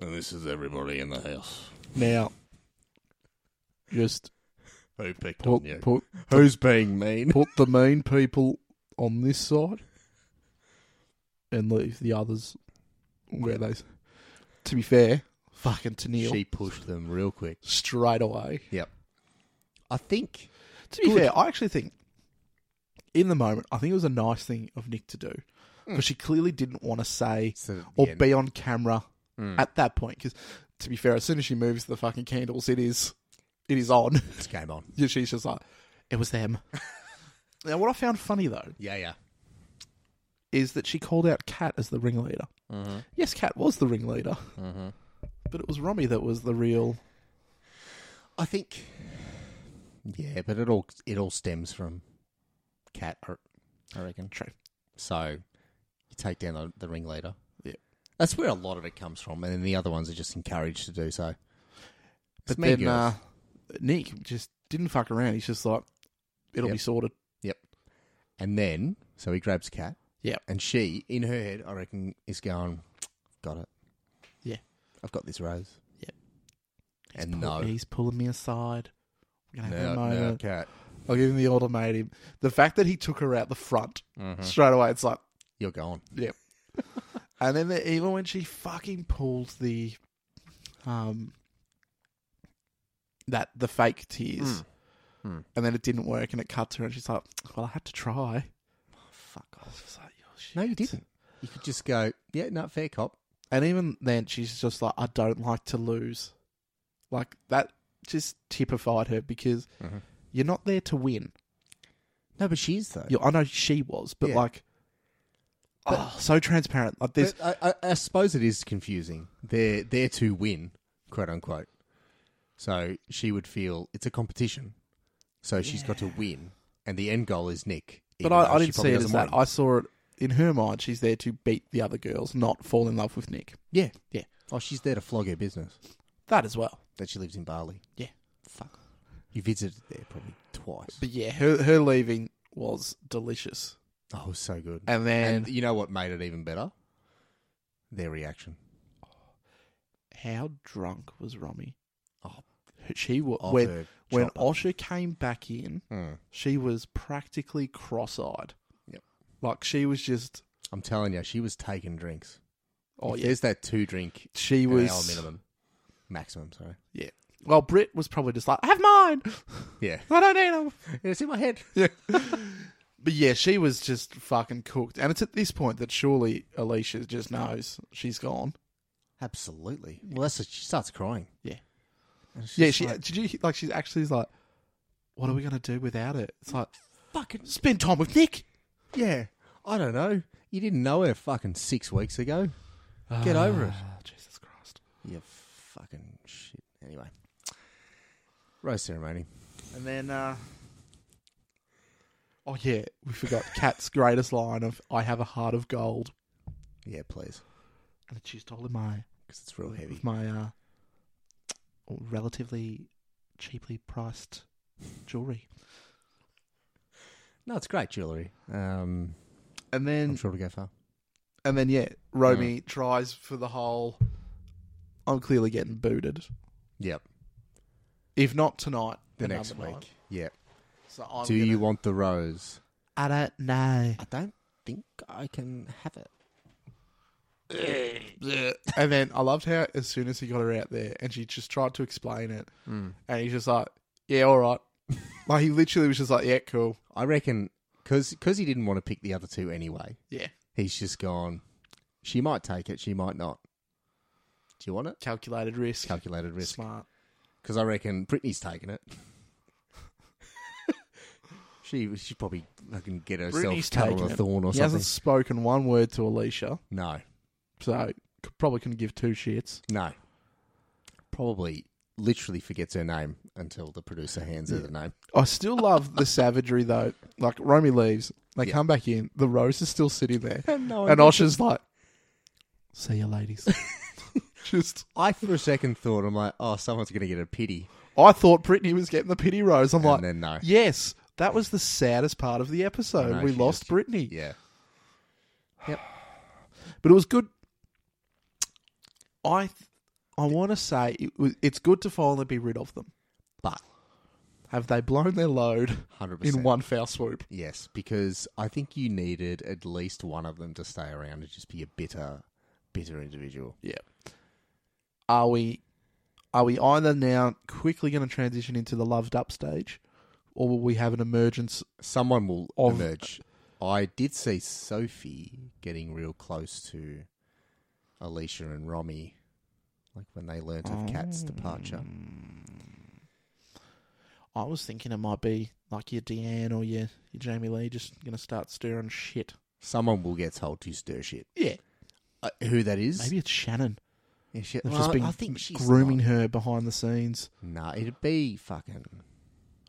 B: And this is everybody in the house.
C: Now, just
B: Who picked
C: put, put,
B: Who's being mean?
C: put the mean people on this side and leave the others where they. To be fair, fucking Tennille
B: She pushed them real quick.
C: straight away.
B: Yep. I think.
C: To be
B: Good.
C: fair, I actually think in the moment, I think it was a nice thing of Nick to do
B: Hmm.
C: because she clearly didn't want to say
B: So,
C: or
B: yeah,
C: be on camera
B: Hmm.
C: at that point. Because to be fair, as soon as she moves the fucking candles, it is it is on. [laughs]
B: it's game on.
C: Yeah, She's just like, it
B: [laughs]
C: was them. now, what I found funny though
B: Yeah, yeah.
C: is that she called out Kat as the ringleader. Yes, Kat was the ringleader,
B: Mm-hmm.
C: but it was Romy that was the real.
B: I think. Yeah, but it all it all stems from cat. I- I reckon.
C: True.
B: So you take down the, the ringleader.
C: Yeah.
B: That's where a lot of it comes from, and then the other ones are just encouraged to do so.
C: But
B: Mean
C: then uh,
B: Girls.
C: Nick just didn't fuck around. He's just like, it'll
B: Yep.
C: be sorted.
B: And then, so he grabs Cat.
C: Yep.
B: And she, in her head, I reckon, is going, "Got it.
C: Yeah.
B: I've got this rose."
C: Yep.
B: And
C: Pull-
B: no,
C: He's pulling me aside. We're gonna have
B: no,
C: a
B: no,
C: moment.
B: Cat,
C: I'll give him the ultimatum. The fact that he took her out the front
B: Hmm.
C: straight away, it's like,
B: you're gone.
C: yep. and then the, even when she fucking pulled the, um, that the fake tears,
B: Hmm.
C: and then it didn't work, and it cut her, and she's like, "Well, I had to try." fuck off! like, "You're shit."
B: No, you didn't. You could just go, "Yeah, not fair, cop."
C: And even then, she's just like, I don't like to lose. Like, that just typified her because
B: Mm-hmm.
C: you're not there to win.
B: No, but she is though.
C: you I know she was, but
B: Yeah.
C: like, oh, so transparent. Like, this.
B: But I, I, I suppose it is confusing. They're there to win, quote unquote. So she would feel it's a competition. So she's got to win, and the end goal is Nick.
C: But
B: even
C: I,
B: though
C: I
B: she
C: didn't see
B: probably
C: it as
B: doesn't
C: that.
B: want
C: I saw it in her mind. She's there to beat the other girls, not fall in love with Nick.
B: him. yeah,
C: Yeah.
B: Oh, she's there to flog her business
C: That as well.
B: that she lives in Bali.
C: Yeah.
B: Fuck. You visited there probably twice.
C: But yeah, her, her leaving was delicious.
B: oh, it was so good.
C: And then,
B: and you know what made it even better? Their reaction.
C: how drunk was Romy?
B: Oh,
C: She was.
B: off
C: When,
B: her
C: when
B: chopper.
C: Osher came back in,
B: Mm.
C: she was practically cross-eyed.
B: Yep.
C: Like she was just
B: I'm telling you, she was taking drinks.
C: oh
B: If
C: yeah,
B: There's that two drink
C: she
B: an hour
C: was
B: minimum, maximum. Sorry.
C: yeah. Well, Brit was probably just like, "I have mine.
B: Yeah.
C: I don't need them."
B: It's in my head.
C: But yeah, she was just fucking cooked. And it's at this point that surely Alicia just knows she's gone.
B: Absolutely. Well, that's what, she starts crying.
C: Yeah.
B: And it's
C: Yeah,
B: just
C: she
B: like,
C: did you like she's actually like, "What are we gonna do without it?" It's like
B: fucking
C: spend time with Nick.
B: yeah. I don't know. You didn't know her fucking six weeks ago. Get over it.
C: Ah, Jesus Christ.
B: You fucking shit. Anyway, rose ceremony.
C: And then, uh, oh yeah, we forgot Kat's [laughs] greatest line of "I have a heart of gold,"
B: Yeah, please,
C: and she's told in my
B: because it's real heavy.
C: with my uh, relatively cheaply priced jewelry.
B: No, it's great jewelry. Um,
C: And
B: I'm
C: then,
B: sure it'll go far.
C: and then, yeah, Romy tries for the whole. I'm clearly getting booted.
B: Yep.
C: if not tonight,
B: the
C: another
B: next week.
C: night.
B: Yeah.
C: So I'm
B: Do
C: gonna-
B: you want the rose?
C: I don't know.
B: I don't think I can have it.
C: and then I loved how as soon as he got her out there and she just tried to explain it,
B: Hmm.
C: and he's just like, "Yeah,
B: [laughs]
C: all right." like he literally was just like, "Yeah, cool."
B: I reckon because he didn't want to pick the other two anyway,
C: Yeah,
B: he's just gone. She might take it, she might not. Do you want it?
C: calculated risk,
B: Calculated risk.
C: smart.
B: Because I reckon Britney's taking it. [laughs] she she probably fucking get herself
C: Britney's
B: cut on
C: taking
B: a
C: it.
B: thorn or
C: he
B: something.
C: hasn't spoken one word to Alicia,
B: No,
C: so c- probably couldn't give two shits.
B: no. Probably literally forgets her name until the producer hands her the name.
C: I still love the savagery though. Like Romy leaves, they
B: Yeah.
C: come back in. The rose is still sitting there,
B: And [laughs] no one
C: and
B: gets
C: Osha's like, "See you, ladies." [laughs] Just,
B: I for a second thought I'm like, oh, someone's gonna get a pity,
C: I thought Brittany was getting the pity rose. I'm like,
B: and then no,
C: yes, that was the saddest part of the episode.
B: I know,
C: we
B: she
C: lost
B: just-
C: Brittany,
B: yeah,
C: but it was good. I, th- I want to say it was, it's good to finally be rid of them.
B: but
C: Have they blown their load
B: hundred percent
C: in one foul swoop?
B: Yes, because I think you needed at least one of them to stay around and just be a bitter, bitter individual.
C: Yeah. Are we are we either now quickly going to transition into the loved up stage, or will we have an emergence?
B: Someone will
C: Of-
B: emerge. I did see Sophie getting real close to Alicia and Romy, like when they learnt
C: Mm.
B: of Kat's
C: Oh.
B: departure.
C: I was thinking it might be like your Deanne or your your Jamie Lee, just going to start stirring shit.
B: Someone will get told to stir shit.
C: Yeah,
B: Uh, who that is?
C: maybe it's Shannon.
B: Yeah, shit.
C: They've
B: Well,
C: just been
B: I think she's
C: grooming
B: not-
C: her behind the scenes,
B: Nah, it'd be fucking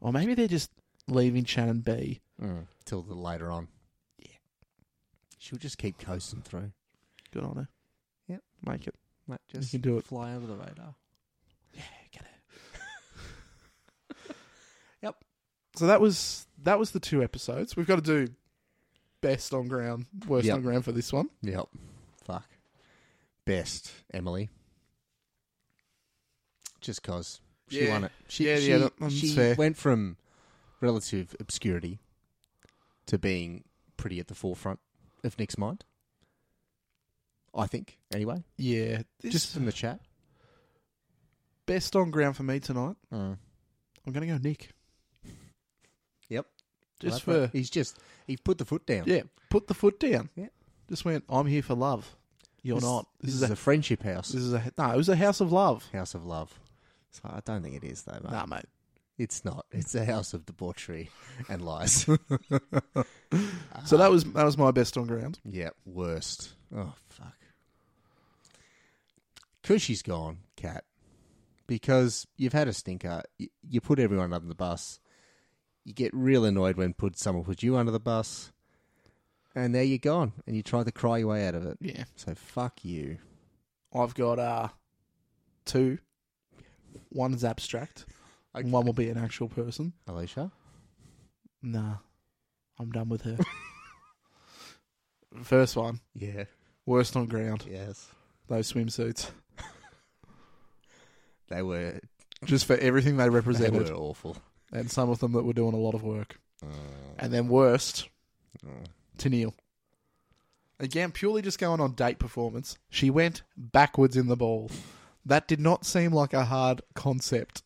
C: or maybe they're just leaving Shannon be.
B: mm, till the later on. Yeah, she'll just keep coasting through.
C: Good on her.
B: Yep.
C: make it.
B: Like,
C: You
B: just
C: can do it.
B: fly under the radar. [laughs]
C: So that was that was the two episodes. We've got to do best on ground, worst
B: Yep.
C: on ground for this one.
B: Yep. Fuck. Best, Emily. Just cause she
C: Yeah.
B: won it. She,
C: Yeah,
B: she,
C: yeah, that- that's
B: she
C: fair.
B: went from relative obscurity to being pretty at the forefront of Nick's mind. I think, anyway.
C: Yeah,
B: Just from the chat.
C: best on ground for me tonight.
B: Mm.
C: I'm gonna go Nick.
B: Yep.
C: Just
B: Well, that's right.
C: for
B: he's just he's put the foot down.
C: yeah, put the foot down.
B: Yeah.
C: just went. I'm here for love. You're
B: This-
C: not.
B: This, is, a, friendship house.
C: this is a no. It was a house of love.
B: house of love. So I don't think it is though, mate.
C: Nah, mate.
B: It's not. It's a house of debauchery and lies.
C: So that was that was my best on ground.
B: Yeah, worst. Oh fuck. Because she's gone, cat. Because you've had a stinker. You, you put everyone under the bus. You get real annoyed when put someone put you under the bus, and there you're gone. And you try to cry your way out of it.
C: Yeah,
B: So fuck you.
C: I've got uh two. One is abstract. and One will be an actual person.
B: Alicia.
C: Nah, I'm done
B: [laughs]
C: with her. First one,
B: Yeah.
C: worst on ground.
B: Yes.
C: Those swimsuits,
B: They were.
C: just for everything they
B: They
C: represented,
B: were awful.
C: and some of them that were doing a lot of work. And then worst,
B: Mm.
C: to Neil. Again, purely just going on date performance. She went backwards in the ball. That did not seem like a hard concept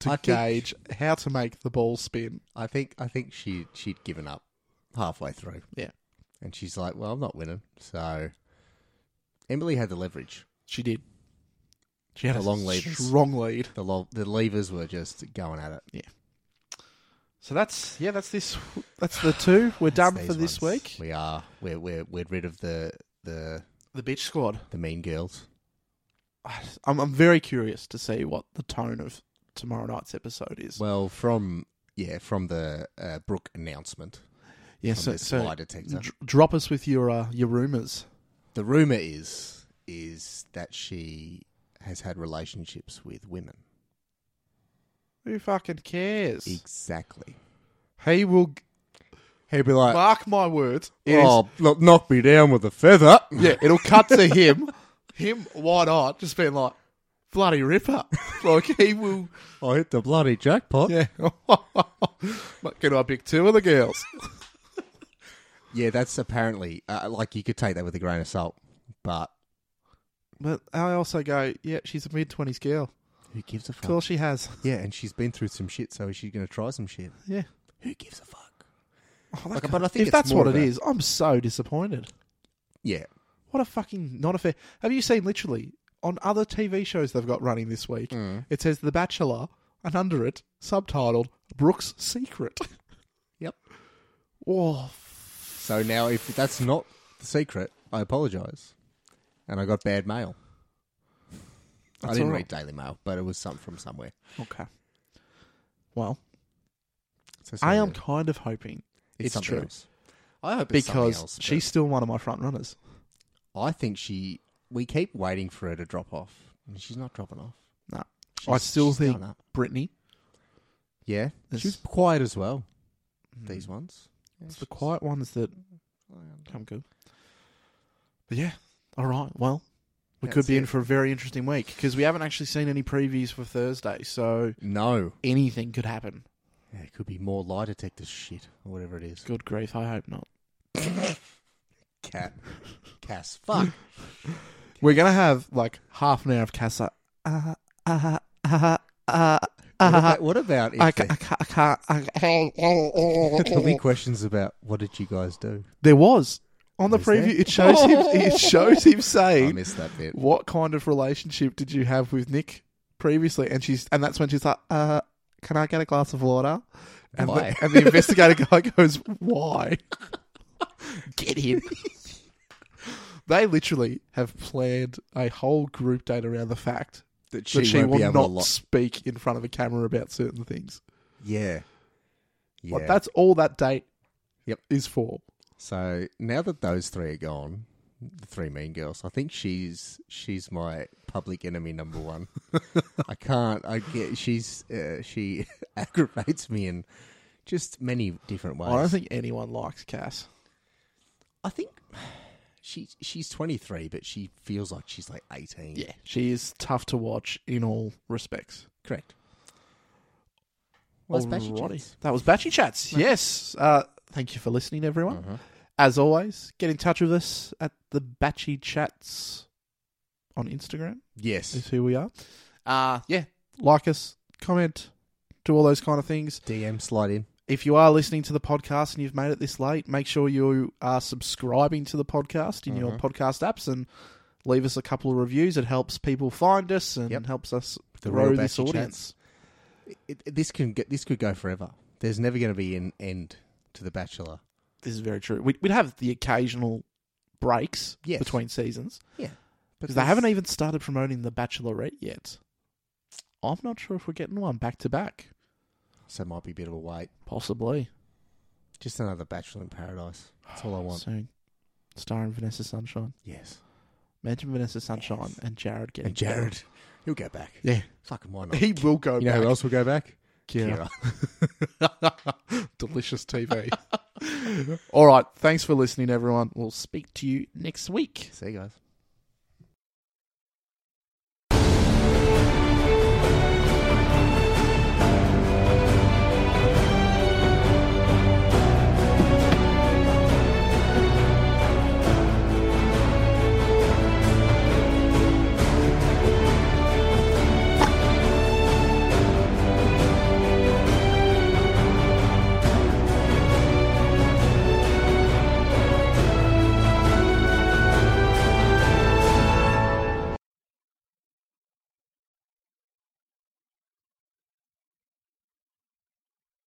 C: to
B: I think-
C: gauge how to make the ball spin.
B: I think. I think she she'd given up halfway through.
C: Yeah.
B: And she's like, well, I'm not winning. So Emily had the leverage.
C: She did. She had
B: The
C: a
B: long levers.
C: strong lead.
B: The, lo- the levers were just going at it.
C: So that's yeah, that's this that's
B: [sighs]
C: the two. We're done
B: These
C: for this
B: ones.
C: week.
B: We are. We're, we're, we're rid of the, the,
C: The bitch squad.
B: the mean girls.
C: I'm I'm very curious to see what the tone of tomorrow night's episode is.
B: Well, from, yeah, from the uh, Brooke announcement
C: yeah,
B: from
C: so,
B: this
C: so
B: lie detector.
C: dr- drop us with your uh, your rumors.
B: the rumor is, is that she has had relationships with women.
C: Who fucking cares?
B: Exactly.
C: He will g-
B: He'd be like,
C: mark my words. It is-
B: Uh, oh, look, knock me down with a feather.
C: [laughs] yeah, it'll cut to him, him wide eyed, just being like,
B: [laughs]
C: bloody ripper. like he will.
B: I hit the bloody jackpot.
C: Yeah. [laughs] Can I pick two of the girls?
B: Yeah, that's apparently uh, like you could take that with a grain of salt, but
C: But I also go, yeah, she's a mid twenties girl.
B: who gives a
C: Of
B: fuck?
C: course she has. [laughs]
B: Yeah, and she's been through some shit, so she's going to try some shit.
C: Yeah.
B: Who gives a fuck?
C: Oh, that
B: Like,
C: guy-
B: but I think
C: if
B: it's
C: that's
B: more
C: what it
B: of a-
C: is, I'm so disappointed.
B: Yeah,
C: What a fucking not a fair. Have you seen literally on other TV shows they've got running this week?
B: Mm.
C: It says The Bachelor, and under it, subtitled Brooks' Secret. [laughs]
B: yep.
C: Whoa,
B: So now, if that's not the secret, I apologise, and I got bad mail. I
C: That's
B: didn't
C: all
B: read Daily Mail, but it was something from somewhere.
C: Okay. Well,
B: So
C: I am
B: something-
C: kind of hoping it's,
B: something
C: true
B: else. I hope it's something
C: because
B: else, but
C: she's still one of my front runners.
B: I think she. We keep waiting for her to drop off. I mean, she's not dropping off.
C: No, I
B: She's-
C: still
B: she's
C: think
B: going up.
C: Brittany.
B: Yeah,
C: It's-
B: she was quiet as well. Mm. These ones.
C: It's the quiet ones that come good. But yeah, all right. Well, we could
B: That's
C: be in
B: it.
C: for a very interesting week because we haven't actually seen any previews for Thursday, so
B: No,
C: anything could happen.
B: Yeah, it could be more lie detector shit or whatever it is.
C: Good grief! I hope not.
B: Cat, Cass,
C: [laughs]
B: fuck.
C: We're gonna have like half an hour of Casa. Uh, uh, uh, uh,
B: What
C: uh,
B: about, what about if
C: I
B: there,
C: ca- I ca- I ca- I ca-
B: there'll be questions about what did you guys do?
C: There was on the
B: Was
C: preview.
B: there?
C: It shows him.
B: [laughs]
C: It shows him
B: I
C: saying,
B: missed that bit.
C: "What kind of relationship did you have with Nick previously?" And she's, and that's when she's like, "Uh, can I get a glass of water?" And
B: Why?
C: The, and the investigator [laughs] guy goes, "Why?"
B: Get him.
C: They literally have planned a whole group date around the fact
B: that she,
C: that she
B: won't
C: will
B: be able
C: not
B: to. Lo-
C: speak in front of a camera about certain things.
B: yeah, yeah.
C: Like, that's all that date
B: Yep.
C: is for.
B: so now that those three are gone, the three mean girls. I think she's she's my public enemy number one. [laughs] I can't. I get she's uh, she [laughs] aggravates me in just many different ways.
C: I don't think anyone likes Cass.
B: I think she she's 23, but she feels like she's like 18.
C: Yeah, she is tough to watch in all respects.
B: correct. Well, it's Bashy
C: Alrighty.
B: Chats.
C: That was Batchy Chats. Yes. Uh, thank you for listening, everyone.
B: Uh-huh.
C: As always, get in touch with us at the Batchy Chats on Instagram, is
B: Yes,
C: who we are. Uh, yeah, like us, comment, do all those kind of things.
B: DM slide in.
C: If you are listening to the podcast and you've made it this late, make sure you are subscribing to the podcast in
B: Mm-hmm.
C: your podcast apps and leave us a couple of reviews. It helps people find us and
B: Yep.
C: helps us
B: The
C: grow
B: real
C: this
B: Batchy Chats.
C: audience.
B: It, it- this can get this could go forever. There's never going to be an end to The Bachelor.
C: This is very true. We'd, we'd have the occasional breaks
B: Yes.
C: between seasons
B: Yeah,
C: because they haven't even started promoting The Bachelorette yet. I'm not sure if we're getting one back to back.
B: So it might be a bit of a wait.
C: Possibly
B: Just another Bachelor in Paradise. That's all I want.
C: soon. Starring Vanessa Sunshine.
B: yes,
C: Imagine Vanessa Sunshine
B: Yes.
C: and Jared getting
B: and Jared, he'll go back.
C: together.
B: Fucking why [laughs]
C: Yeah,
B: not?
C: [laughs] he will go.
B: you know
C: back.
B: who else will go back?
C: Kira.
B: [laughs]
C: Delicious TV. All right. Thanks for listening, everyone. We'll speak to you next week.
B: See you guys.